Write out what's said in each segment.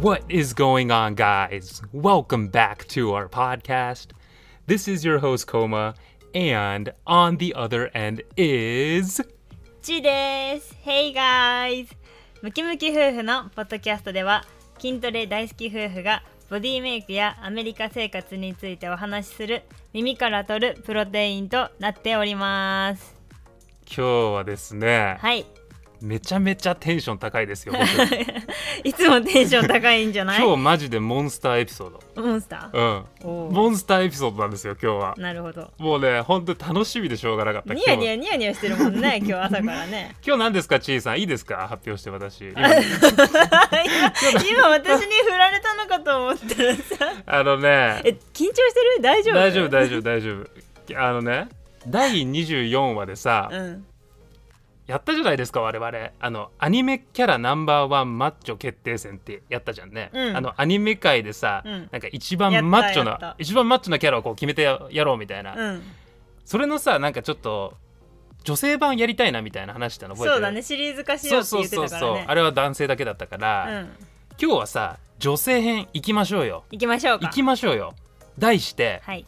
What is going on, guys? Welcome back to our podcast. This is your host, Koma, and on the other end is. ちです Hey guys! ムキムキ夫婦のポッドキャストでは筋トレ大好き夫婦がボディメイクやアメリカ生活についてお話しする耳から取るプロテインとなっております今日はですね、はい めちゃめちゃテンション高いですよ、僕いつもテンション高いんじゃない今日マジでモンスターエピソーモンスタド。ーおうん。ーモンスターエピソードなんですよ、今日は。なるほどもうね、本当に楽しみでしょうがなかった。ニ今日ヤはニヤニヤニヤしてるもんね 今日朝からね今日何ですか、ちいさん。いいですか発表して私。今今今私に振られたのかと思ったらさあのねえ、緊張してる大丈夫大丈夫、大丈夫、大丈夫。あのね、第24話でさ、うんやったじゃないですか我々あのアニメキャラナンバーワンマッチョ決定戦ってやったじゃんね、うんあのアニメ界でさ、うんなんか一番マッチョやっなたやった一番マッチョなキャラをこう決めてややろうみたいな、うんそれのさなんかちょっと女性版やりたいなみたいな話したの覚えてるそうだねシリーズ化しそよううってそう言ってそうたからそう、ねあれは男性だけだったから、うん今日はさ女性編行きましょうよ行きましょうか行きましょうよ題してはい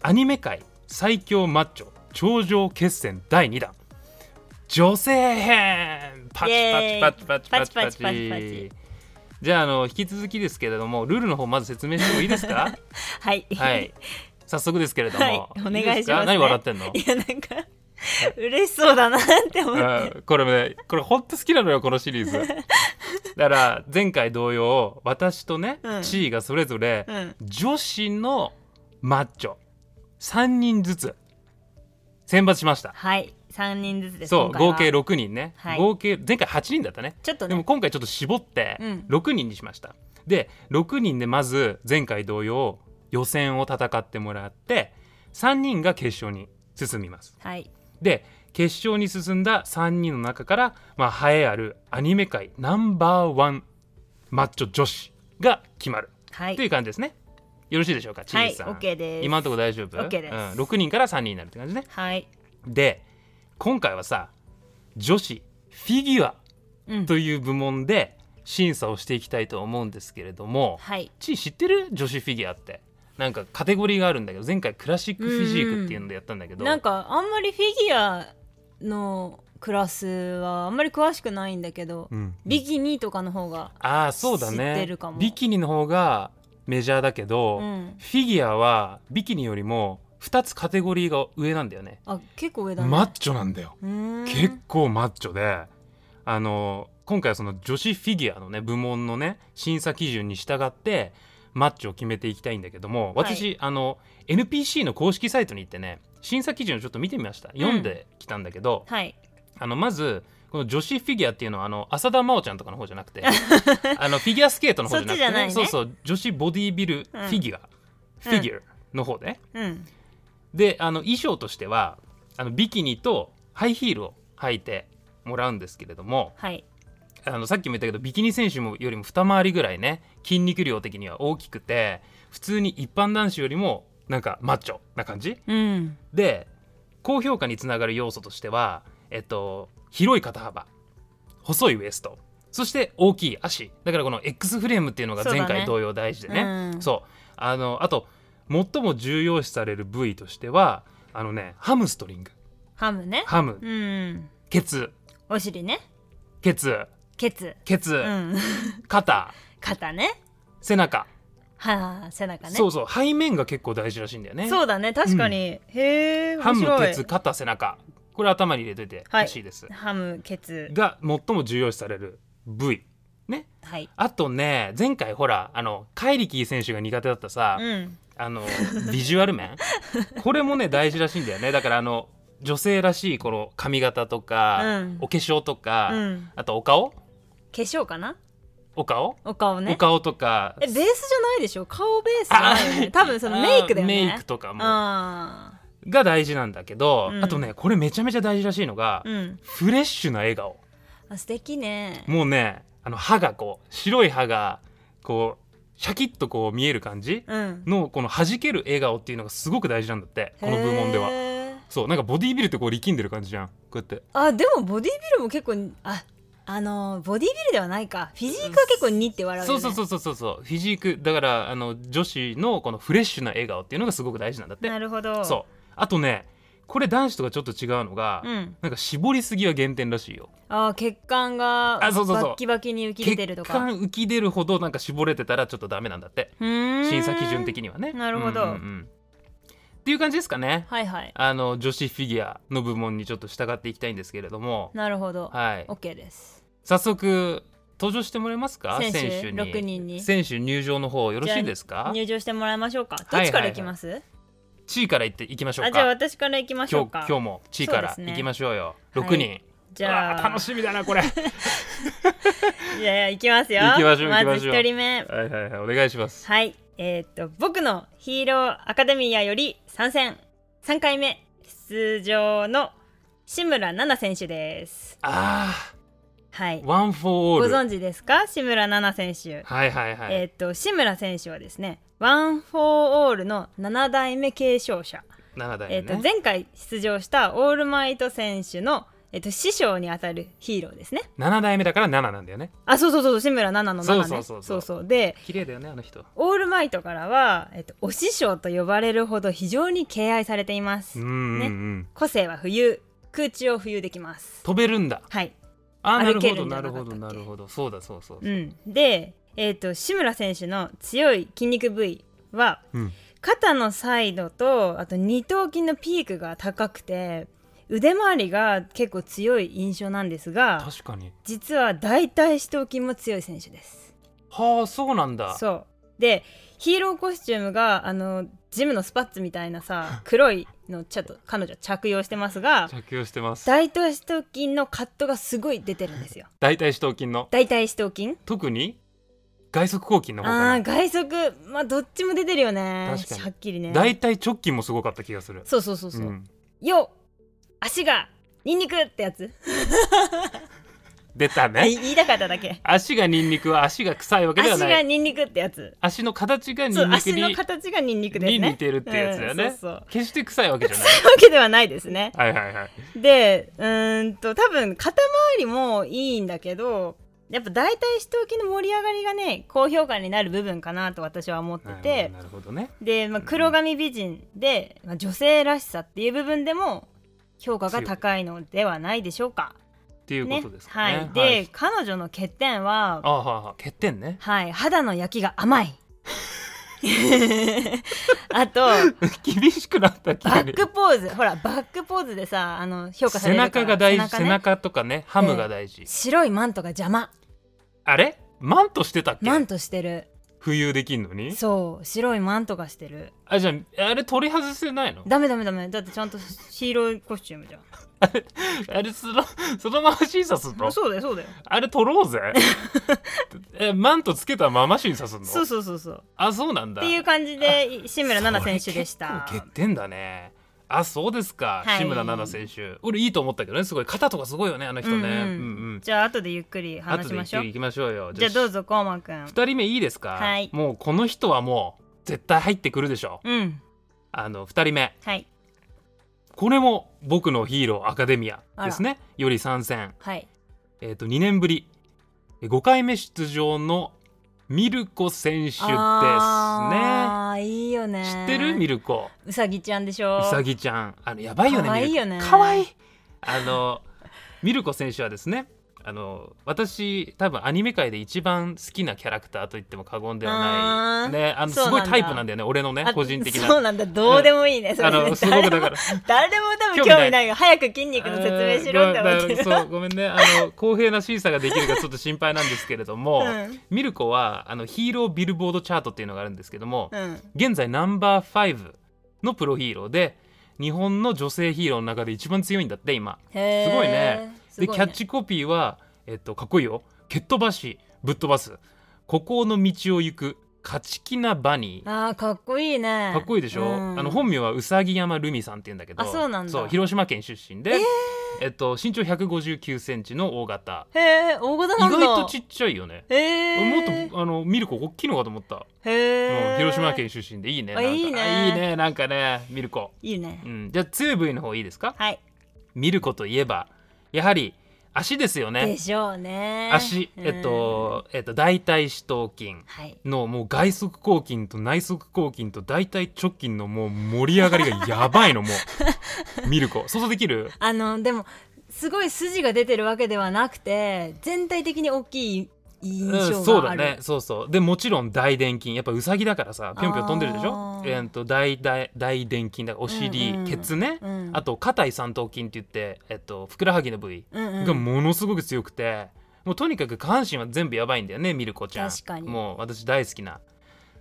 アニメ界最強マッチョ頂上決戦第2弾女性編パチパチパチパチパチパチパイエーイチじゃああの引き続きですけれどもルールの方まず説明してもいいですか はいはい早速ですけれども、 はいお願いしまですかすね何笑ってんのいやなんか嬉しそうだなって思ってうんこれねこれほんと好きなのよこのシリーズだから前回同様私とね、うん地位がそれぞれうん女子のマッチョ3人ずつ選抜しましたはい三人ずつですそう今回は合計6人ね、はい合計前回8人だったねちょっとでもね今回ちょっと絞ってうん6人にしました、で6人でまず前回同様予選を戦ってもらって3人が決勝に進みますはいで決勝に進んだ3人の中から、まあ、栄えあるアニメ界ナンバーワンマッチョ女子が決まるはいという感じですねよろしいでしょうかチーズさん、はい OK です今のところ大丈夫 OK ですうん、6人から3人になるって感じねはいで今回はさ女子フィギュアうんという部門で審査をしていきたいと思うんですけれども、はいちい知ってる女子フィギュアってなんかカテゴリーがあるんだけど前回クラシックフィジークっていうのでやったんだけど、なんかあんまりフィギュアのクラスはあんまり詳しくないんだけどうんビキニとかの方がああそうだ知ってねるかもビキニの方がメジャーだけど、うんフィギュアはビキニよりも2つカテゴリーが上なんだよねあ結構上だねマッチョなんだようーん結構マッチョであの今回はその女子フィギュアのね部門のね審査基準に従ってマッチョを決めていきたいんだけども私、あの NPC の公式サイトに行ってね審査基準をちょっと見てみました読んできたんだけど、はいあのまずこの女子フィギュアっていうのはあの浅田真央ちゃんとかの方じゃなく てあのフィギュアスケートの方じゃなくて、そっちじゃないねそうそう女子ボディビルフうんィギュア、フィギュアの方ねうんであの衣装としてはあのビキニとハイヒールを履いてもらうんですけれどもはいあのさっきも言ったけどビキニ選手もよりも二回りぐらいね筋肉量的には大きくて普通に一般男子よりもなんかマッチョな感じうんで高評価につながる要素としては、えっと、広い肩幅細いウエストそして大きい足だからこの X フレームっていうのがそうだね前回同様大事でねうんそうあのあと最も重要視される部位としてはあのねハムストリングハムねハムうんケツお尻ねケツケツケツ、うん 肩肩ね背中、はあ背中ねそうそう背面が結構大事らしいんだよねそうだね確かに、へえハ面ム白ケいツ肩背中これ頭に入れといてほしいです、ハムケツが最も重要視される部位ねはいあとね前回ほらあのカイリキー選手が苦手だったさ、うんあのビジュアル 面これもね大事らしいんだよねだからあの女性らしいこの髪型とか、うんお化粧とか、うんあとお顔化粧かなお顔、お顔おね顔とかえベースじゃないでしょ顔ベースじゃないよね多分そのメイクだよねあーメイクとかもあが大事なんだけど、うんあとねこれめちゃめちゃ大事らしいのが、ーうんフレッシュな笑顔あ素敵ねもうねあの歯がこう白い歯がこうシャキッとこう見える感じ、うんのこの弾ける笑顔っていうのがすごく大事なんだってこの部門ではへーそうなんかボディービルってこう力んでる感じじゃんこうやってあでもボディビルも結構ああのーボディビルではないかフィジークは結構にって笑うよそうねそうそうそうそうそうフィジークだからあの女子のこのフレッシュな笑顔っていうのがすごく大事なんだってなるほどそうあとねこれ男子とかちょっと違うのが、うん、なんか絞りすぎは減点らしいよあー血管がバあそうそうそうッキバキに浮き出てると血か管浮き出るほどなんか絞れてたらちょっとダメなんだって審審査基準的にはねなるほどうんうんうんっていう感じですかねはいはいあの女子フィギュアの部門にちょっと従っていきたいんですけれどもなるほど、はいオッ OK です早速登場してもらえますか選選手手に六人に選手入場の方よろしいですか入場してもらいましょうかどはっいちからいきます、地位から行っていきましょうあじゃあか私からいきましょ今う日か今日も地位からそうですね行きましょうよはい六人じゃうわあー楽しみだなこ れはじゃあいきますよ行きましょう行きましょうず一人目いはいはいお願いしますはいえーっと僕のヒーローアカデミアより参戦3回目出場の志村奈々選手ですあはいーワン・フォー・オごール存知ですか志村奈々選手はいはいはい、えーっと志村選手はですねワン・フォー・オールの7代目継承者、 7代え目ーね、っと前回出場したオールマイト選手の、えーっと師匠にあたるヒーローですね7代目だから7なんだよねあそうそうそう志村奈々の奈々ねそうそうそうそうそうそうで綺麗だよねあの人オールマイトからは、えっと、お師匠と呼ばれるほど非常に敬愛されています、うんうんうん、個性は浮遊空中を浮遊できます飛べるんだはい、あーなる歩けほるどんじなゃなるかほったっどけなるほどそうだそうそううそう、ん、で、えっと志村選手の強い筋肉部位はうん肩のサイドとあと二頭筋のピークが高くて腕周りが結構強い印象なんですが確かに実は大腿四頭筋も強い選手ですはあそうなんだそうでヒーローコスチュームがあのジムのスパッツみたい なさ黒いのちょっと彼女は着用してますが着用してます大腿四頭筋のカットがすごい出てる んですよ大腿四頭筋の大腿四頭筋特に外側抗筋の方あかーな外側まあどっちも出てるよね確かにはっきりね大腿直筋もすごかった気がするそうそうそうそう、んよっ足がニンニクってやつ出たね、言いたかっただけ足がニンニクは足が臭いわけでは足ながいニンニクってやつ足の形がニそうンニク足にの形がニンニクですねに似てるってやつだよねうんそう そう決して臭いわけじゃないわけではないですねはいはいはいでうーんと多分肩周りもいいんだけどやっぱ大体四頭筋の盛り上がりがね高評価になる部分かなと私は思っててなるほどねで、まあ、黒髪美人で、まあ、女性らしさっていう部分でも評価が高いのではないでしょうか。っていうことですかはねい、で、彼女の欠点はあーはーはー欠点ね はい、肌の焼きが甘いあと厳しくなった気バックポーズほらバックポーズでさあの評価さ背れるから中が大事背背中,、中ねとかねハムが大事、白いマントが邪魔あれマントしてたっけマントしてる浮遊できんのにそう白いマントがしてるあじゃああれ取り外せないのダメダメダメだってちゃんとヒーローコスチュームじゃんあれそのそのまま審査すんのそうだよそうだよあれ取ろうぜ えマントつけたまま審査すんのそうそうそうそうあそうなんだっていう感じで志村奈々選手でしたそれ結構欠点だねあそうですか、はい志村奈々選手俺いいと思ったけどねすごい肩とかすごいよねあの人ね、うんうんうんじゃあ後でゆっくりあと話しましょでう行きましょうよじゃあどうぞぞこうまくん2人目いいですか、はいもうこの人はもう絶対入ってくるでしょうんあの2人目はいこれも僕のヒーローアカデミアですねより参戦はいえっ、と2年ぶりえ5回目出場のミルコ選手ですねあーいいよね知ってるミルコうさぎちゃんでしょうさぎちゃんあのやばいよねかわいいよミねルコかわいいあのミルコ選手はですねあの私多分アニメ界で一番好きなキャラクターと言っても過言ではなあーいねあのそうすなんだごいタイプなんだよね俺のねあ個人的そうななんだどうでもいいね、それあのすごくだから誰も多分興味ないよ早く筋肉の説明しろって思ってあーるごめんそうごめんねあの公平な審査ができるかちょっと心配なんですけれども、うんミルコはあのヒーロービルボードチャートっていうのがあるんですけども、うん現在ナンバー5のプロヒーローで日本の女性ヒーローの中で一番強いんだって今へーすごいねすでごいキャッチコピーは、えっと、かっこいいよ「蹴っ飛ばしぶっ飛ばす孤高の道を行く勝ち気なバニー」あーかっこいいねかっこいいでしょ、うんあの本名はうさぎ山るみさんって言うんだけどあそうなんだ広島県出身で、えっと、身長159センチの大型へえ大型意なんだ外とちっちゃいよねへえもっとあのミルク大きいのかと思った、へうえ、ん、広島県出身でいいねあなんかいいねあいいねなんかねミルコ、いいねうん、じゃあ強い部位の方いいですかはいミルコといえばやはり足ですよでねしょうね足うんえっと、えっと大腿四頭筋はいのもう外側抗筋と内側抗筋と大腿直筋のもう盛り上がりがやばいのも うミルコ想像できるあのでもすごい筋が出てるわけではなくて全体的に大きい印うんそ象うがだある、ねそうそうでもちろん大臀筋やっぱウサギだからさぴょんぴょん飛んでるでしあょーえー、と大大大臀筋だからお尻、うんうんケツね、うんあと肩位三頭筋って言って、えっと、ふくらはぎの部位うんうんがものすごく強くて、もうとにかく下半身は全部やばいんだよねミルコちゃん確かにもう私大好きな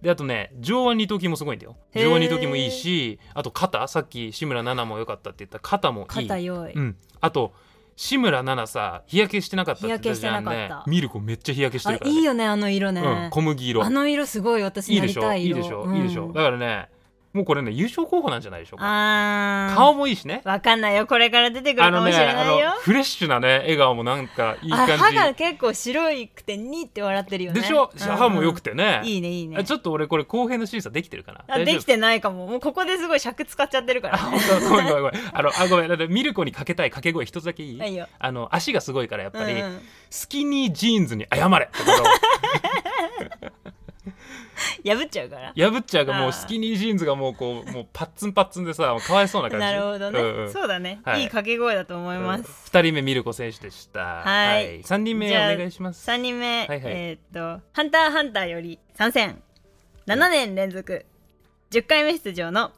であとね上腕二頭筋もすごいんだよへー上腕二頭筋もいいしあと肩さっき志村奈々も良かったって言った肩もいい肩良い、うん、あと志村奈々さ日焼けしてなかったって言ったじゃん日焼けしてねなかったミルコめっちゃ日焼けしてあるれから、ね、いいよねあの色ね、うん、小麦色あの色すごい私いいやでりしょたいいい色でしょいいでしょ、うんだからねもうこれね優勝候補なんじゃないでしょうかあー顔もいいしねわかんないよこれから出てくるあかのもねしれなあいよのフレッシュなね笑顔もなんかいいあ感じ歯が結構白いくてにって笑ってるよねでしょ、うん歯も良くてねいいねいいねあちょっと俺これ公平の審査できてるかなあ大丈夫できてないかももうここですごい尺使っちゃってるか あら本当ごめんごめんごめんあのあごめんだってミルコにかけたい掛け声一つだけいい、はいよあの足がすごいからやっぱり、うんうんスキニージーンズに謝れってこと 破っちゃうから破っちゃうがもあうースキニージーンズがもうこうもうパッツンパッツンでさもうかわいそうな感じなるほどね、うんうんそうだね、はいい、い掛け声だと思います、 2人目ミルコ選手でしたはい3人目じゃあお願いします3人目、はいはいえーっと「ハンターハンター」より参戦7年連続10回目出場の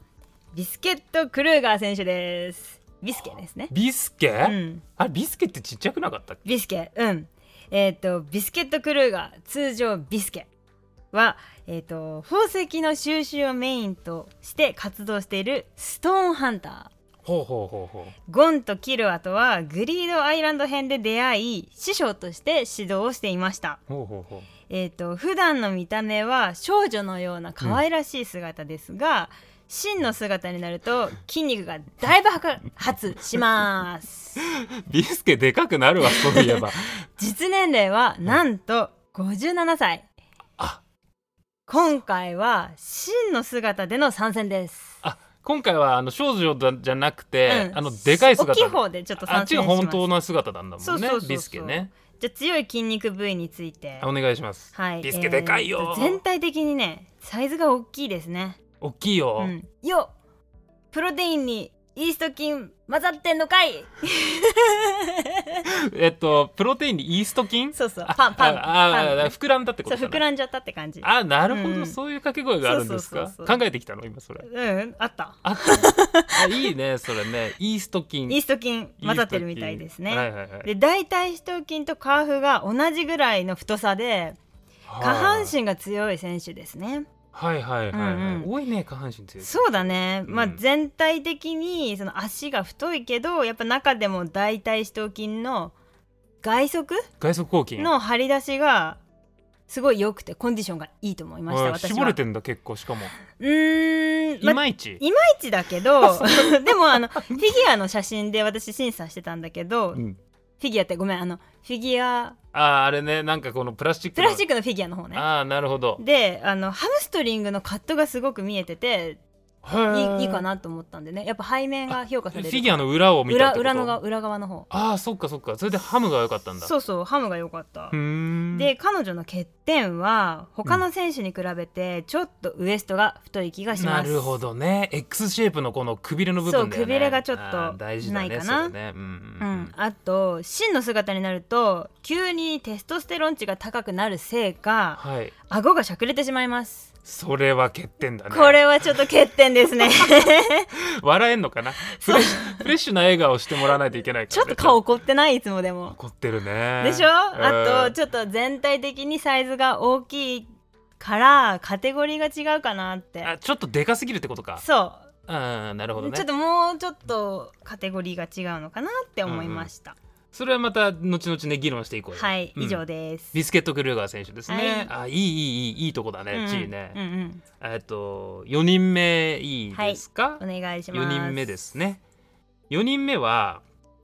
ビスケット・クルーガー選手ですビスケですねビスケ、うんあれビスケってちっちゃくなかったっけビスケうんえーっとビスケット・クルーガー通常ビスケは、えーっと宝石の収集をメインとして活動しているストーンハンターほうほうほうほうゴンとキルアとはグリードアイランド編で出会い師匠として指導をしていましたほうほうほうえー、と普段の見た目は少女のような可愛らしい姿ですが、真の姿になると筋肉が大爆発します ビスケでかくなるわそういえば実年齢はなんと57歳あ今回は真の姿での参戦ですあ今回はあの少女だじゃなくて、うんあのでかい姿大きい方でちょっとあっ参ち戦がします本当の姿なんだもんねそうそうそうそうビスケねじゃあ強い筋肉部位についてあお願いしますはいビスケでかいよえーと全体的にねサイズが大きいですね大きいよ、うん、よプロテインにイースト菌混ざってんのかいえっとプロテインにイースト菌そうそうあパンパンあパンああ膨らんだってこそとうか膨ならんじゃったって感じあなるほど、うんそういう掛け声があるんですかそうそうそうそう考えてきたの今それうんあった あったあいいねそれねイースト菌イースト菌混ざってるみたいですね、はいはいはいで大腿四頭筋とカーフが同じぐらいの太さではあ下半身が強い選手ですねはいはいはい、はいうんうん多いね下半身強いそうだね、まあうん全体的にその足が太いけどやっぱ中でも大腿四頭筋の外側外側抗菌の張り出しがすごい良くてコンディションがいいと思いましたあ私は絞れてんだ結構しかもういーんまあいままいち、いちだけ どでもあのフィギュアの写真で私審査してたんだけど、うんフィギュアってごめんあのフィギュアあーあれねなんかこのプラスチックプのラスチックのフィギュアの方ねああなるほどであのハムストリングのカットがすごく見えててへいーいいいかなと思ったんでねやっぱ背面が評価さフれるィギュアの裏を見たっ裏てこと裏のが裏側の方ああそっかそっかそれでハムが良かったんだそうそうハムが良かったうーんで彼女の欠点は他の選手に比べてちょっとウエストが太い気がします、なるほどね X シェイプのこのくびれの部分だよねそうくびれがちょっとあー大事だねないかなそれねうんううんうんん、あと真の姿になると急にテストステロン値が高くなるせいかはい顎がしゃくれてしまいますそれは欠点だねこれはちょっと欠点で すね笑えんのかなフレッシュフレッシュな笑顔をしてもらわないといけないかちょらっね、と顔怒ってないいつもでも怒ってるねでしょあとょちょっと全体的にサイズが大きいからカテゴリーが違うかなってあちょっとでかすぎるってことかそうんなるほう、どねちょっともうちょっとカテゴリーが違うのかなって思いました、それはまた後々ね議論していこうよはい、うん以上ですビスケット・クルーガー選手ですね、あいいいいいいいいとこだね、うんうん地位ね、うんえっと4人目いいですか、うん、お願いしま4す人目ですね4人目は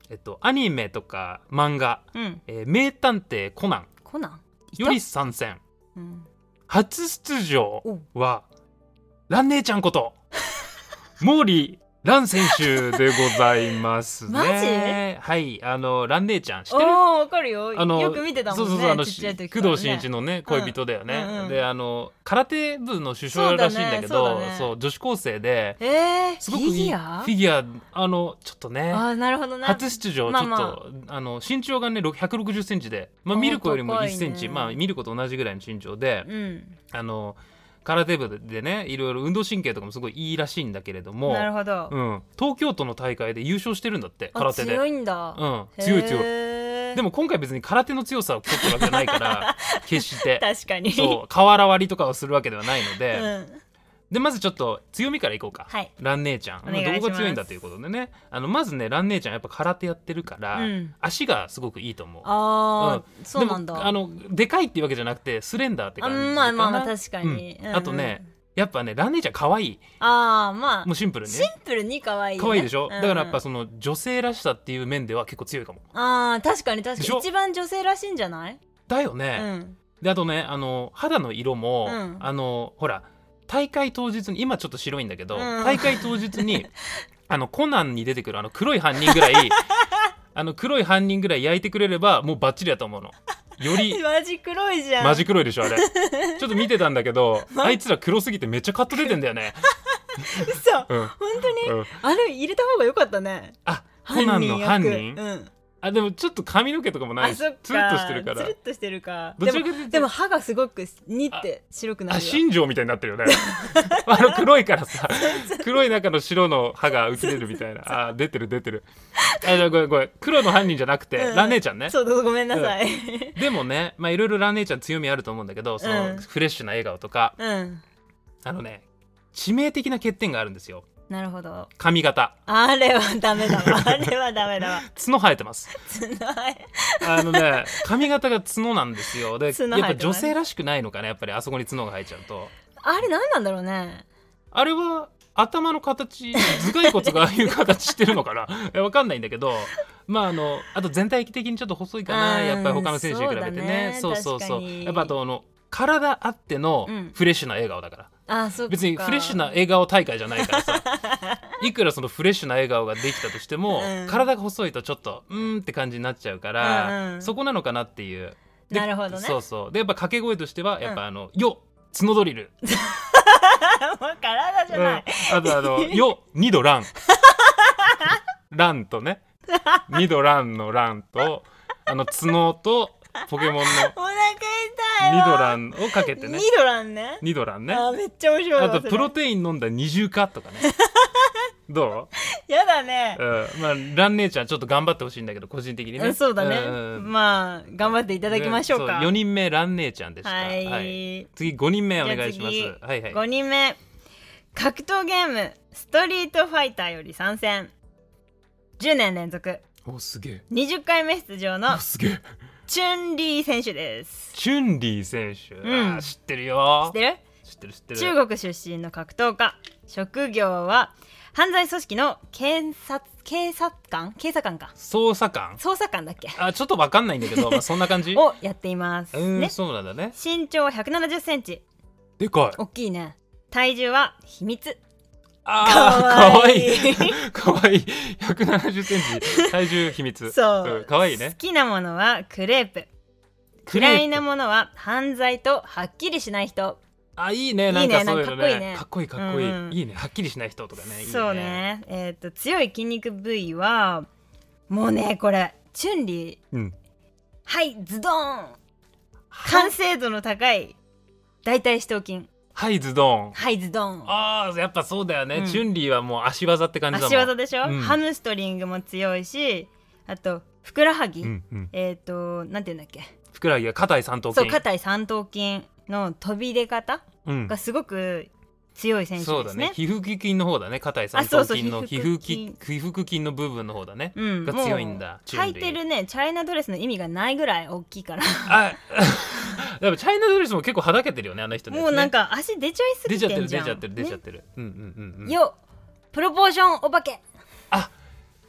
えっと、アニメとか漫画うん「えー名探偵コナンコナン」いたより参戦うん初出場おは蘭姉ちゃんこと 毛利蘭選手でございますね。マジはいあの蘭姉ちゃん知ってるおーわかるよあのよく見てたもんねそうそうそうあのちっちゃい時工からね藤新一のね恋人だよね、うんうんであの空手部の主将らしいんだけそうだどねそうだねそう女子高生でえーすごくフいィギいフュアィギュアあのちょっとねあーなるほどな初出場ちょっまあと、まああの身長がね6 160センチで、まあ、あーミルコよりも高い1ねセンチ、まあミルコと同じぐらいの身長で、うんあの空手部でねいろいろ運動神経とかもすごいいいらしいんだけれどもなるほどうん、東京都の大会で優勝してるんだってあ空手で強いんだうん、強い強い強でもも今回別に空手の強さを競ってるわけじゃないから 決して確かにそう瓦割りとかをするわけではないのうで、んでまずちょっと強みからいこうか、はい蘭姉ちゃんお願いしまどすこが強いんだということでねあのまずね蘭姉ちゃんやっぱ空手やってるから、うん足がすごくいいと思う。あーそうなんでだもあのでかいっていうわけじゃなくてスレンダーってあ感じかなまあまあまあ確かに、うんうんうんあとねやっぱね蘭姉ちゃん可愛いああまあもうシンプルにシねンプルに可愛いよね可愛いでしょ、うんうんだからやっぱその女性らしさっていう面では結構強いかもああ確かに確でかしにょ一番女性らしいんじゃない、だようね、んであとねあの肌の色も、うんあのほら大会当日に今ちょっと白いんだけど、うん大会当日に あのコナンに出てくるあの黒い犯人ぐら いあの黒い犯人ぐらい焼いてくれればもうバッチリだと思うのより マジ黒いじゃんマジ黒いでしょあれちょっと見てたんだけ どあいつら黒すぎてめっちゃカット出てんだよね、嘘本うん当にうん、あれ入れた方が良かったねあコナンの犯役人うんあでもちょっと髪の毛とかもないあしそっかツルっとしてるからつるっとしてるかどちらかというとでも歯がすごくにって白くなるあわ新庄みたいになってるよね あの黒いからさ黒い中の白の歯が浮き出るみたいなあ出てる出てるあじゃあごめんごめん黒の犯人じゃなくて、うんラン姉ちゃんねそうどうぞごめんなさいでもねまあいろいろラン姉ちゃん強みあると思うんだけどその、うんフレッシュな笑顔とかうんあのね致命的な欠点があるんですよなるほど髪型あれはダ メだわあれはダメだわ角生えてますつないあのね髪型が角なんですよでやっ角生えてますぱ女性らしくないのかねやっぱりあそこに角が生えちゃうとあれ何なんだろうねあれは頭の形頭蓋骨がああいう形してるのかな えわかんないんだけどまああのあと全体的にちょっと細いかなうんやっぱり他の選手に比べてねそそううそうだねそう確かにやっぱあとあの体あってのうんフレッシュな笑顔だから、あそっか別にフレッシュな笑顔大会じゃないから さいくらそのフレッシュな笑顔ができたとしても、うん体が細いとちょっとうーんって感じになっちゃうから、うんうんそこなのかなっていうでなるほどねそうそうでやっぱ掛け声としてはやっぱあの「よ角ドリル」もう体じゃない、うんあとあの「よ」「二度ラン」「ラン」とね「二度ラン」の「ラン」とあの角とポケモンのお「腹痛い二度わラン」をかけてねニドランね「二度ランね」あーめっちゃ面白いあわとそれプロテイン飲んだ二重化とかねどやだねう、うん、まあラン姉ちゃんちょっと頑張ってほしいんだけど個人的にうねんそうだね、んんまあ頑張っていただきましょうねかそ4人目ラン姉ちゃんでしたはい、次5人目おじゃあ願いします次はいはい5人目格闘ゲームストリートファイターより参戦10年連続おすげえ20回目出場のおすげえチュンリー選手ですチュンリー選手、うんあー知ってるよ知ってる知ってる知ってる中国出身の格闘家職業は犯罪組織の検察警察官警察官か捜査官捜査官だっけあちょっとわかんないんだけど、まあ、そんな感 じをやっています、うーん、ねそうなんだね身長1 7 0センチでかい大きいね体重は秘密あーかかわわいいいいかわいい170センチ体重秘密 そう、んかわいいね好きなものはクレープクレープ嫌いなものは犯罪とはっきりしない人あいいねなんかそういうのねいいねなんかかっこいいかっこいい、うんうんいいねはっきりしない人とかねいいねそうねえーっと強い筋肉部位はもうねこれチュンリーうんはいズドーン完成度の高い大腿四頭筋ハイズドンはいズドーンあーやっぱそうだよね、うんチュンリーはもう足技って感じだもん足技でしょ、うんハムストリングも強いしあとふくらはぎ、うんうんえーっ、となんて言うんだっけふくらはぎは硬い三頭筋そう肩三頭筋の飛び出方うんがすごく強い選手ですねそうだね皮膚筋の方だね硬い三あ頭そうそう筋の皮皮膚膚筋筋皮膚筋の部分の方だね、うん、が強いんだもうチュン履リいーてるねチャイナドレスの意味がないぐらい大きいからあ でもチャイナドレスも結構はだけてるよねあの人のやつもねうなんか足出ちゃいす出ぎちゃっててんるじ出ゃんちゃってる出ちゃっねてる、うんうんうんうんよプロポーションお化けあ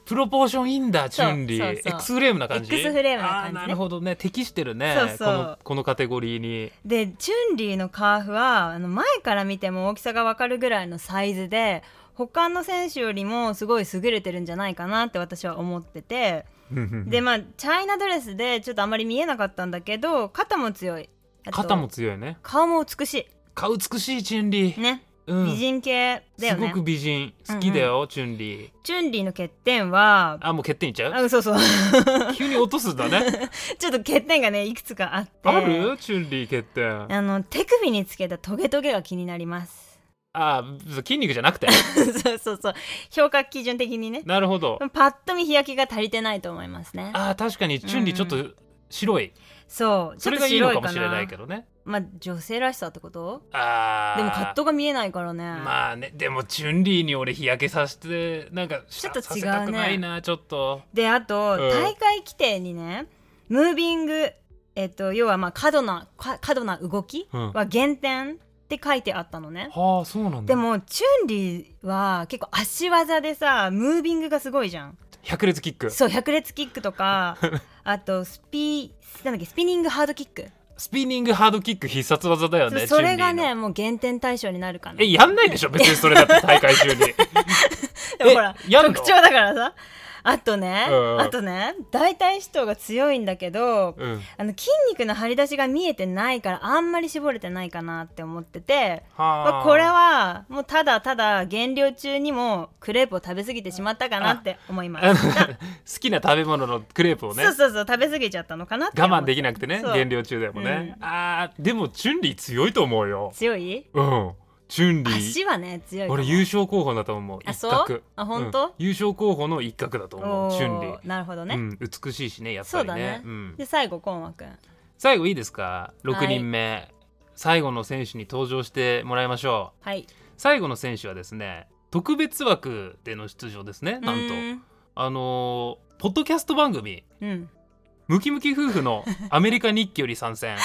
プロポーションいいんだチュンリそうーそうそう X フレームな感じ X フレームな感じねあーなるほどね適してるねそうそうこのこのカテゴリーにでチュンリーのカーフはあの前から見ても大きさがわかるぐらいのサイズで他の選手よりもすごい優れてるんじゃないかなって私は思っててでまあチャイナドレスでちょっとあまり見えなかったんだけど肩も強いあと肩も強いね顔も美し顔美しいチュンリいー、ね、うん美人系だよすねごく美人好きだよ、チュンリーチュンリーの欠点はあもう欠点いっちゃうあそう そう急に落とすんだ ねちょっと欠点がねいくつかあってあるチュンリー欠点あの手首につけたトゲトゲが気になります あ筋肉じゃなくてそうそうそう評価基準的にねなるほどパッと見日焼けが足りてないと思いますねあー確かにチュンリーちょっと白い、そうちそょっれとがいいの白いかかもなしれないけどねまあ女性らしさってことあーでもカットが見えないからねまあねでもチュンリーに俺日焼けさせてなんかちょっと違うねさせたくないなちょっとであうと、ん大会規定にねムービング、えっと、要はまあ過度なか過度な動きうんは減点って書いてあったのね、はあそうなんだでもチュンリーは結構足技でさムービングがすごいじゃん百列キックそう百列キック とかあとスピなんだっけスピニングハードキック、スピニングハードキック必殺技だよねそそれがチュンリーねのもう減点対象になるかなえやんないでしょ別にそれだって大会中にでもほらえやんの特徴だからさあとね、うんあとね大腿四頭が強いんだけど、 うんあの筋肉の張り出しが見えてないからあんまり絞れてないかなって思ってて、まはあ、あこれはもうただただ減量中にもクレープを食べ過ぎてしまったかなって思いまあのす。 好きな食べ物のクレープをねそうそうそう食べ過ぎちゃったのかなって思我って慢できなくてねそう減量中でもね、あーでもチュンリー強いと思うよ強いうんチュンリー足はね強いかも俺優勝候補だと思うあ一そう角あ本当うん優勝候補の一角だと思おうーチュンリーなるほどね、うん、美しいしねやっそぱうりだねねうんで最後コンワくん最後いいですかは6い人目、最後の選手に登場してもらいましょうはい最後の選手はですね特別枠での出場ですねなんと あのーポッドキャスト番組とうん「ムキムキ夫婦のアメリカ日記」より参 戦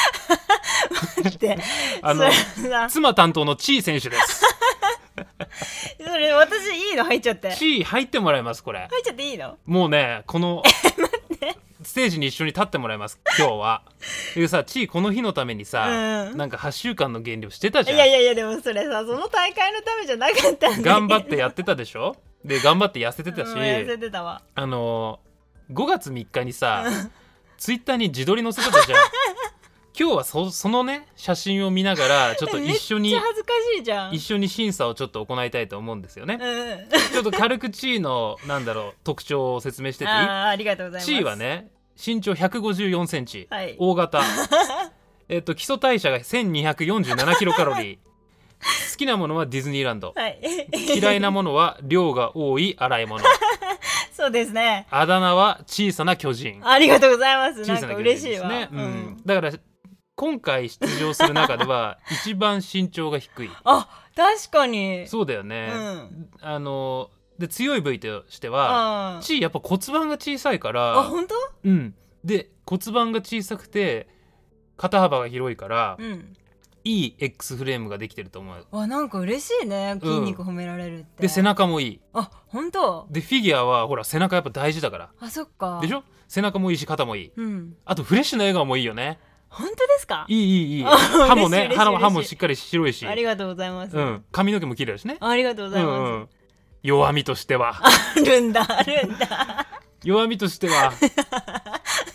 であのそれさ妻担当のチー選手ですそれ私いいの入っちゃって入チー入ってもらいますこれっちゃっていいのもうねこ のステージに一緒に立ってもらいます今日はでさチーこの日のためにさ、うんなんか8週間の減量してたいじゃんやいやいやでもそれさその大会のためじゃなかったんだけど頑張ってやってたでしょで頑張って痩せてたし、うん痩せてたわあのー5月3日にさツイッターに自撮り載せてたじゃん今日はそそのね写真を見ながらちょっと一緒めっにちゃ恥ずかしいじゃん一緒に審査をちょっと行いたいと思うんですよね、うんちょっと軽くチーのなんだろう特徴を説明してていいあーありがとうございますチーはね身長1 5 4センチ、はい大 型えっと基礎代謝が1247キロカロリー好きなものはディズニーランドはい嫌いなものは量が多い洗い物 そうですねあだ名は小さな巨人ありがとうございます小なんさなか巨人嬉しいわうんうんだから今回出場する中で は一番身長が低いあ確かにそうだよね、うんあので強い部位としてはあーチーやっぱ骨盤が小さいかあら本当うんで骨盤が小さくて肩幅が広いから、うんいい X フレームができてると思うわなんか嬉しいね筋肉褒められるってで背中もいいあ本当でフィギュアはほら背中やっぱ大事だからあそっかでしょ背中もいいし肩もいいうんあとフレッシュな笑顔もいいよね本当ですかいいいいいいあ歯もね嬉しい嬉し歯いも嬉しい歯もしっかり白いしありがとうございますうん、髪の毛も綺麗だしね。ありがとうございまうす、んうん弱みとしてはあるんだあるんだ弱みとして は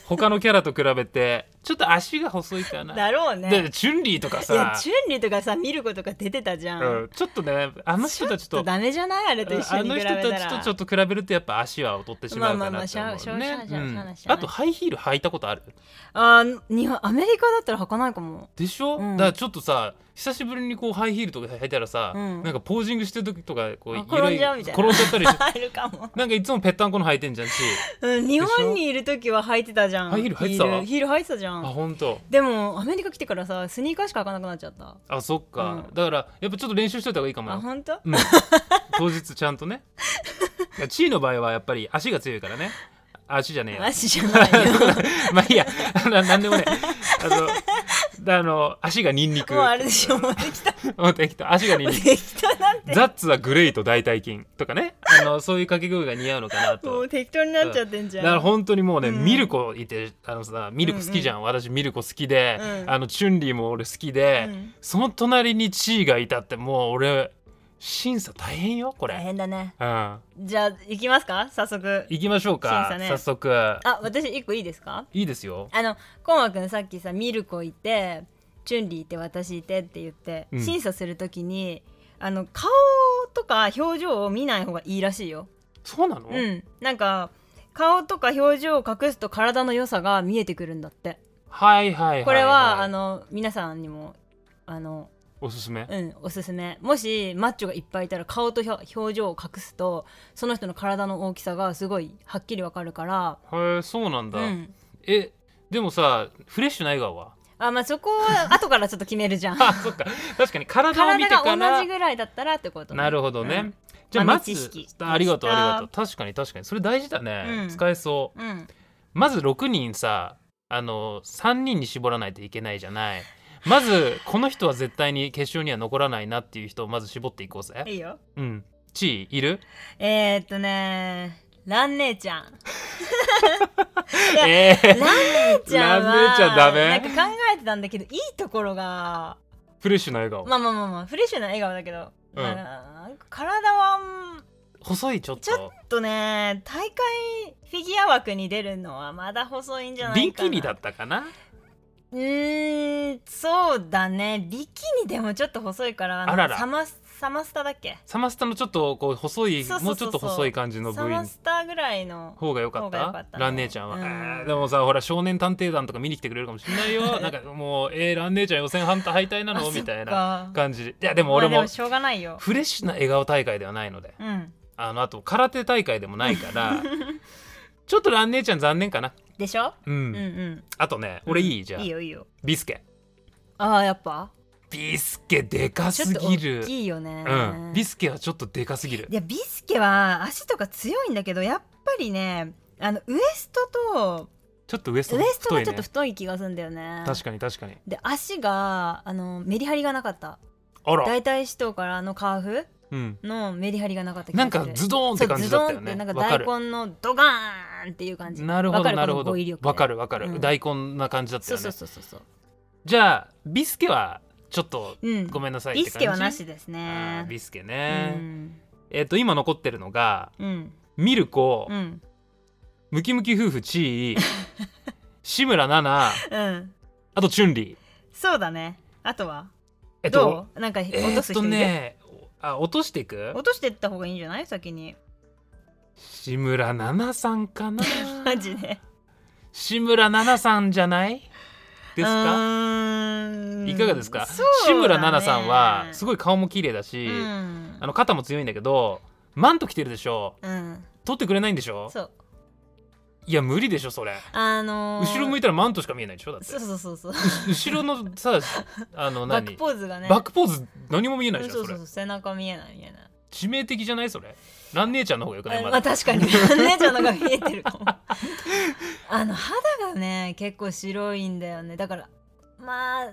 他のキャラと比べてちょっと足が細いかな。だろうでねチュンリーとかいやさ、チュンリーとかさ見ることが出てたじゃん、うん、ちょっとねあの人たちちょっととダメじゃないあれと一緒あにの比べ人たたらちとちょっと比べるとやっぱ足は劣ってしまうかなってまあまあま思あしゃうあねしゃあしゃあしゃあうんしゃあしゃああとハイヒール履いたことあるあー日本アメリカだったら履かないか もでしょ、うんだからちょっとさ久しぶりにこうハイヒールとか履いたらさ、うんなんかポージングしてる時とかこうあ転んじゃうみたいな転んじゃったりしあるかも、なんかいつもぺったんこの履いてんじゃんしうん、日本にいる時は履いてたじゃんハイヒール履いてたわヒールヒール履いてたじゃあん本当。でもアメリカ来てからさスニーカーしか履かなくなっちゃったあそっか、うだからやっぱちょっと練習しといた方がいいかもあよ、本当うん当日ちゃんとねいやチーの場合はやっぱり足が強いからね足じゃねえよ マジじゃないよまあいいやななんでもねあのであの足がニンニクもうあれでしょもうできたうん適当足がニンニク でき たなんてザッツはグレイと大腿筋とかねあのそういう掛け声が似合うのかなもとう適当になっちゃってんじだゃんから本当にもうね、うんミルコいてあのさミルコ好きじゃん、私ミルコ好きで、うんあのチュンリーも俺好きで、うんその隣にチーがいたってもう俺審査大変よこれ、大変だねうん、行じゃあ行きますか早速きましょうか審、査ね早速あ私一個いいですかいいですよあのコウマくんさっきさミルコいてチュンリーいて私いてって言って、うん審査するときにあの顔とか表情を見ない方がいいらしいよ。そうなの、うん、なんか顔とか表情を隠すと体の良さが見えてくるんだって。はいはいはいいこれは、あの皆さんにもあのおすすめ、うんおすすめ。もしマッチョがいっぱいいたら顔とひょ表情を隠すとその人の体の大きさがすごいはっきりわかるから。へえそうなんだ、うん。えでもさフレッシュない側は あまあそこは後からちょっと決めるじゃん。あそっか確かに体を見て体からが同じぐらいだったらってこと、なるほどね、うんじゃあまず豆知識あありがとうでしたありがとう確かに確かにそれ大事だね、うん使えそううんまず6人さあの3人に絞らないといけないじゃないまずこの人は絶対に決勝には残らないなっていう人をまず絞っていこうぜいいようん地位いるえー、っとねラン姉ちゃん やえランー、姉ちゃんはラン姉ちゃんダメなんか考えてたんだけどいいところがフレッシュな笑顔、まあまあまあまあフレッシュな笑顔だけど、うんなんか体はうん細いちょっちょととね大会フィギュア枠に出るのはまだ細いんじゃないかなビキニだったかなうーんそうだねビキニでもちょっと細いからあららサマスサマスタだっけサマスタのちょっとこう細いそうそうそうそうもうちょっと細い感じのサ部位マスタぐらいの方が良かっ方がた良かったねラン姉ちゃんは、うんえーでもさほら少年探偵団とか見に来てくれるかもしれない よなんかもうえー、ラン姉ちゃん予選反対敗退なあそのっかみたいな感じいやでもまあ俺もしょうがないよフレッシュな笑顔大会ではないのでうんあのあと空手大会でもないから ちょっとラン姉ちゃん残念かなでしょ、うん、うん、うんあとね俺いいじゃあいいよいいよビスケああやっぱビスケでかちょっすとぎる大きいよね、うん、ビスケはちょっとでかすぎるいやビスケは足とか強いんだけどやっぱりねあのウエストとちょっとウエストウエスト太いがちねょっと太い気がするんだよね確かに確かにで足があのメリハリがなかったあら、大体四頭からのカーフうん、のメリハリがなかった気がなすんるかズドーンって感じだったよそうズドンってねなんかわかる大根のドガーンっていう感じなるほわかどなるほこのど語彙力わかるわかる、うん大根な感じだったそうよねそうそうそうそうじゃあビスケはちょっとうんごめんなさいっビて感じスケはなしですあーねビスケうね、んえっ、と今残ってるのがうんミルコ、うんムキムキ夫婦チー志村奈々 うんあとチュンリーそうだねあとはえっとどうなんか落えーとっすと人いるねあ落としていく落としてった方がいいんじゃない先に志村奈々さんかな マジで志村奈々さんじゃないですかいかがですか、志村奈々さんはすごごい顔も綺麗だし、あの肩も強いんだけどマント着てるでしょうん取ってくれないんでしょそういや無理でしょそれあのー後ろ向いたらマントしか見えないでしょだってそうそうそうそう後ろのさあ のバ何ックポーズがねバックポーズ何も見えないうんじゃんそうそそれうそう背中見えない見えない致命的じゃないそれラン姉ちゃんの方がよくないあままあだ確かに 姉ちゃんのが見えてるかも あの肌がね結構白いんだよねだからまあ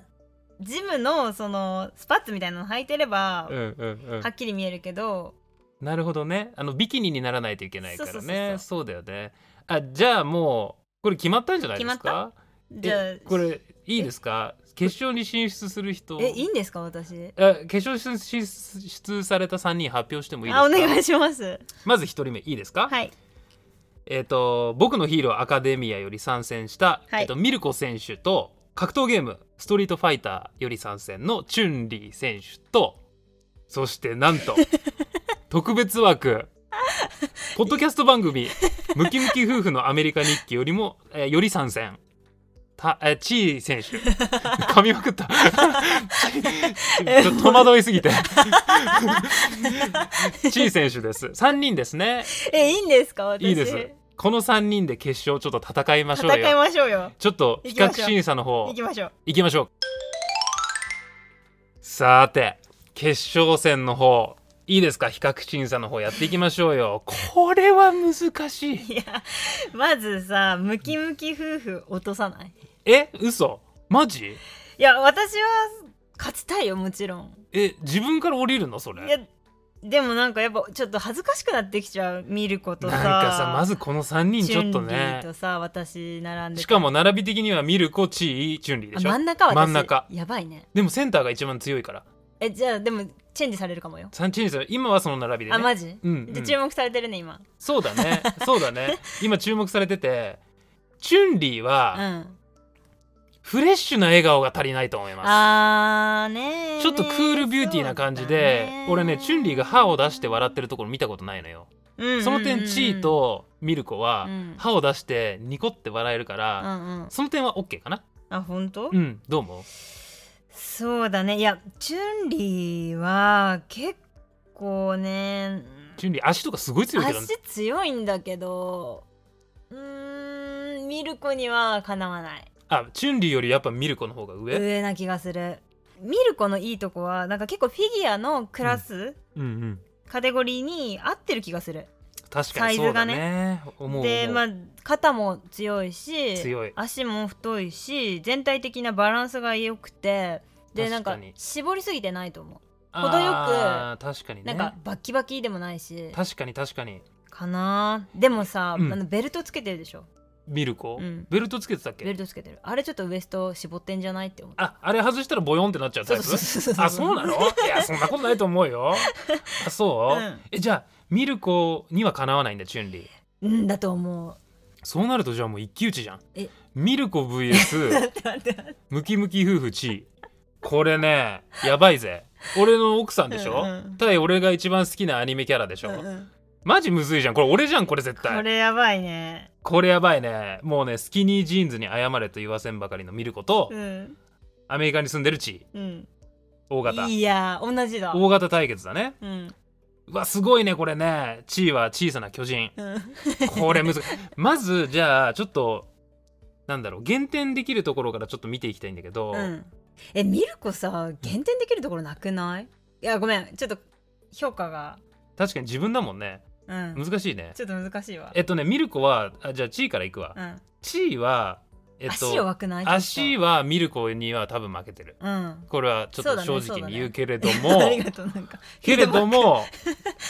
ジムのそのスパッツみたいなの履いてれば、うんうんうんはっきり見えるけどなるほどねあのビキニにならないといけないからねそそううそうそうそうだよねあじゃあもうこれ決まったんじゃないです決まかじゃあえこれいいですか決勝に進出する人えいいんですか私あ決勝に進出された3人発表してもいいですあかお願いしますまず1人目いいですか、はいえっ、と僕のヒーローアカデミアより参戦した、はいえっとミルコ選手と格闘ゲームストリートファイターより参戦のチュンリー選手とそしてなん と特別枠ポッドキャスト番組「ムキムキ夫婦のアメリカ日記」よりも、えーより参戦たえーチー選 手噛みまくったちょっと戸惑いすぎてチー選手です3人ですねえいいんですか私いいです。この3人で決勝ちょっと戦いましょう戦いよ。ましょうよちょっと比較審査の方行きましょう行きましょう。さて、決勝戦の方、いいですか比較審査の方やっていきましょうよ。これは難しい。いやまずさムキムキ夫婦落とさないえ嘘マジいや私は勝ちたいよもちろんえ自分から降りるのそいれやでもなんかやっぱちょっと恥ずかしくなってきちゃう見ることなんさかさまずこの3人ちょっとチュンリーねとさ私並んでたしかも並び的にはミルコチーチュンリーであしょ真ん中は私真ん中やばいねでもセンターが一番強いからえじゃあでもチェンジされるかもよ、 3チームですよ今はその並びで、ね、あマジ、うんうんで注目されてるね今そうだねそうだね今注目されててチュンリーうはんフレッシュな笑顔が足りないと思います、あーねーちょっとクールビューティーな感じで、俺ねチュンリーが歯を出して笑ってるところ見たことないのよ、てその点チーとミルコはうん歯を出してニコって笑えるから、うんうんその点は OK かなあ本当、うんどう思うそうだねいやチュンリーは結構ねチュンリー足とかすごい強いけどね足強いんだけどうーんミルコにはかなわないあチュンリーよりやっぱミルコの方が上、上な気がするミルコのいいとこはなんか結構フィギュアのクラス、うんうんカテゴリーに合ってる気がする確かにそうだねサ思う思うでまあ肩も強いし強い足も太いし全体的なバランスが良くてでな確んかかに絞りすぎてないと思程よくあー確かにう、ねなんかバッキバキでもないし確かに確かにかなーでもさ、うんあのベルトつけてるでしょミルコ、うんベルトつけてたっベけルトつけてるあれちょっとウエスト絞ってんじゃないって思うああれ外したらボヨンってなっちゃうタイプそうあそうなのいやそんなことないと思う よあそう、うんえじゃあミルコにはかなわないんだチュンリーうんだと思うそうなるとじゃあもう一騎打ちじゃんえミルコ VS 待って待ってムキムキ夫婦チーこれねやばいぜ俺の奥さんでしょ、うんうん対俺が一番好きなアニメキャラでしょ、うんうんマジむずいじゃんこれ俺じゃんこれ絶対これやばいねこれやばいねもうねスキニージーンズに謝れと言わせんばかりのミルコと、うんアメリカに住んでるチーうん大型いやー同じだ大型対決だねうんうわすごいねこれねチーは小さな巨人うんこれ 難しいまずじゃあちょっとなんだろう減点できるところからちょっと見ていきたいんだけど、うん、えミルコさ減点できるところなくないいやごめんちょっと評価が、確かに自分だもんねうん、難しいねちょっと難しいわ、えっとねミルコはあじゃあチーからいくわ、うんチーはえっと足弱くない足を、はミルコには多分負けてるうん、これはちょっとそうだね正直にそうだ言ねうけれど も、ありがとうなんかけれどフィードバックも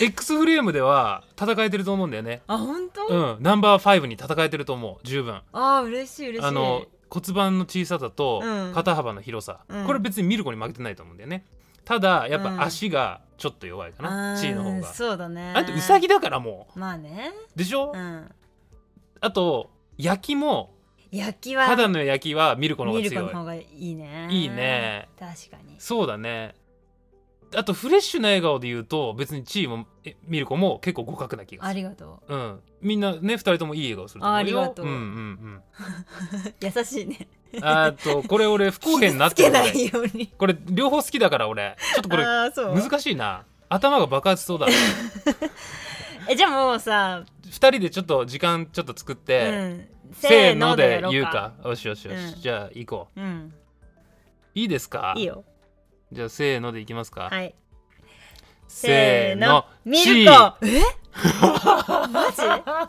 X フレームでは戦えてると思うんだよねあ本当、うんナンバー5に戦えてると思う十分あー嬉しい嬉しいあの骨盤の小ささとうん肩幅の広さ、うんこれ別にミルコに負けてないと思うんだよねただやっうんぱ足がちょっと弱いかな、あーチーの方がそうだねあとウサギだからもまあねうでしょ、うんあと焼きも焼きは肌の焼きはミルコの方ミがル強コのい方がいいねいいね確かにそうだねあとフレッシュな笑顔で言うと別にチーもえミルコも結構互角な気があするりがとうん、みんなね2人ともいい笑顔すると思うよありがとうんうんう優しいねうんあとこれ 俺不公平になってる傷つけ俺 ないようにこれ両方好きだから俺ちょっとこれあーそう難しいな頭が爆発しそう だえじゃあもうさ2人でちょっと時間ちょっと作って、うん、せーので言うかよしよしよし、うんじゃあ行こううんいいですかいいよじゃあせーのでいきますか、はいせーのミチルコーえ マジ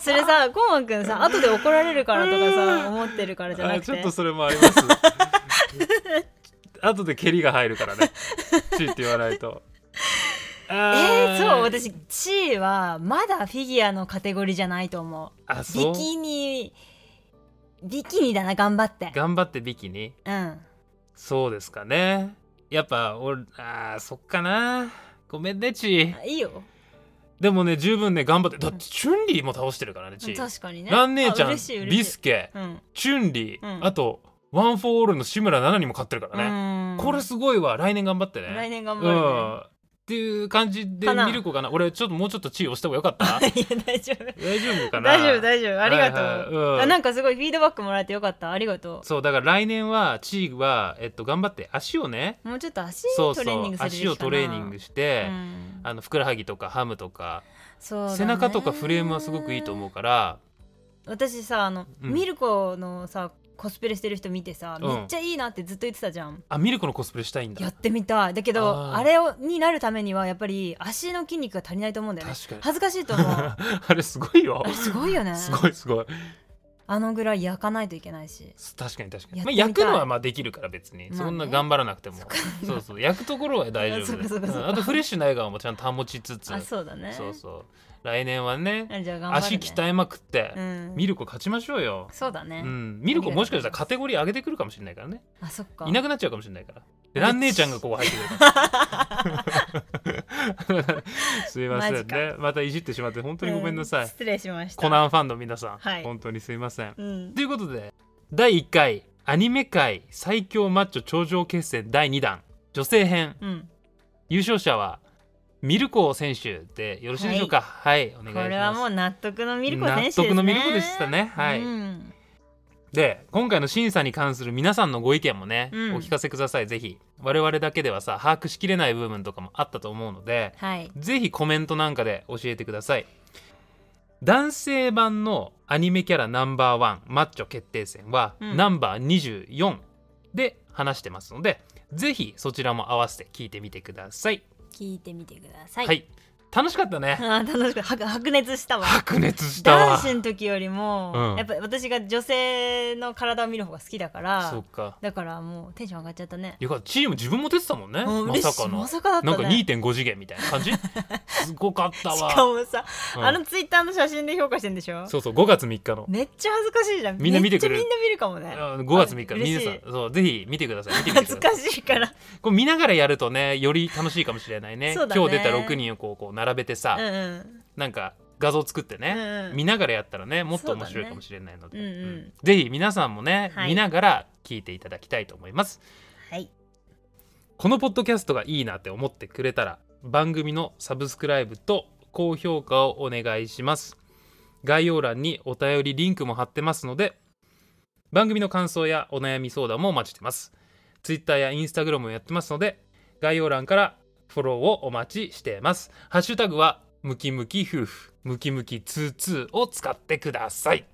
それさコウンくんさ後で怒られるからとか さ思ってるからじゃなあくちょってとそれもあります後で蹴りが入る からねチーって言わないとええー、そう私チーはまだフィギュアのカテゴリーじゃないと思あうビそうキニビキニだな頑張って頑張ってビキニうんそうですかねやっぱ俺あーそっかなごめんねチーあいいよでもね十分ね頑張ってだってチュンリーも倒してるからねチー確かにねラン姉ちゃあんビ嬉しい嬉スしいケうんチュンリー、うんあとワン・フォー・オールの志村奈々にも勝ってるからね、ねこれすごいわ来年頑張ってね来年頑う張んっていう感じでかな見る子かな俺ちょっともうちょっとチー押した方がよかったるね いや大丈夫大丈夫かな大丈夫大丈夫ありがとう、はいはいうんあなんかすごいフィードバックもらえてよかったありがとそうだから来年はチーは、えっと、頑張って足をねうもうちょっと足そうそトレーニンうグするべき足かなをトレーニングして、うんあのふくらはぎとかハムとか、そうだね背中とかフレームはすごくいいと思うから私さあの、うんミルコのさコスプレしてる人見てさ、うんめっちゃいいなってずっと言ってたじゃんあミルコのコスプレしたいんだやってみたいだけどああーれをになるためにはやっぱり足の筋肉が足りないと思うんだよね 確かに恥ずかしいと思うあれすごいよあれすごいよねすごいすごいあのぐらい焼かないといけないし確かに確かに、やっまてあ、みたい焼くのはまあできるから別に、まあねそんな頑張らなくてもそうそう焼くところは大丈そ夫うかそうかそうんかあとフレッシュな笑顔もちゃんと保ちつつあそうだねそうそう来年はねあじゃあ頑張る、足ね、鍛えまくって、うん、ミルコ勝ちましょうよ、そうだね、うん、ミルコもしかしたらカテゴリー上げてくるかもしれないからねあそっかいなくなっちゃうかもしれないからで蘭姉ちゃんがこう入ってくる すいませマジんねかまたいじってしまって本当にごめんなさい、う失礼しましたコナンファンの皆さん、はい本当にすいませんうんということで第1回アニメ界最強マッチョ頂上決戦第2弾女性編うん、優勝者はミルコ選手でよろしいでしょうかはい、お願いしこますれはもう納得のミルコ選手ですね納得のミルコでしたねはいうんで今回の審査に関する皆さんのご意見もね、うんお聞かせくださいぜひ我々だけではさ把握しきれない部分とかもあったと思うのではいぜひコメントなんかで教えてください男性版のアニメキャラナンバーワンマッチョ決定戦は、うんナンバー24で話してますのでぜひそちらも合わせて聞いてみてください聞いてみてください、はい、楽しかったねあー楽しく白白熱したわ白熱した男わ子の時よりも、うんやっぱ私が女性の体を見る方が好きだからそうかだからもうテンション上がっちゃったねよかったチーム自分も出てたもんね、うんま嬉しいさかのまさかだったねなんか2.5次元みたいな 感じすごかったわしかもさ、うんあのツイッターの写真で評価してんでしょそうそう5月3日のめっちゃ恥ずかしいじゃんみんな見てくれるめっちゃみんな見るかもね5月3日あ嬉皆しいさんそうぜひ見てください見て みて恥くだずさいかしいからこれ見ながらやるとねより楽しいかもしれないねそうだね今日出た6人をこうこう並べてさ、うんうんなんか画像作ってね、うんうん見ながらやったらねもっと面そう白だいねかもしれないので、うんうんうんぜひ皆さんもね、はい見ながら聞いていただきたいと思いますはいこのポッドキャストがいいなって思ってくれたら番組のサブスクライブと高評価をお願いします概要欄にお便りリンクも貼ってますので番組の感想やお悩み相談もお待ちしてます Twitter や Instagram もやってますので概要欄からフォローをお待ちしてますハッシュタグはムキムキ夫婦ムキムキ22を使ってください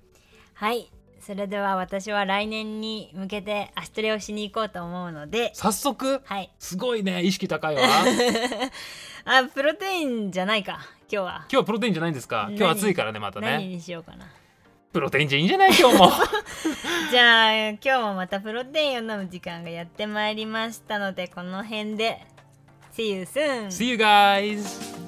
はいそれでは私は来年に向けて足トレをしに行こうと思うので早速はいすごいね意識 高いわあプロテインじゃないか今日は、今日はプロテインじゃないんですか今日暑いからねまたね何にしようかなプロテインじゃいいんじゃない今日もじゃあ今日もまたプロテインを飲む時間がやってまいりましたのでこの辺で See you soon! See you guys!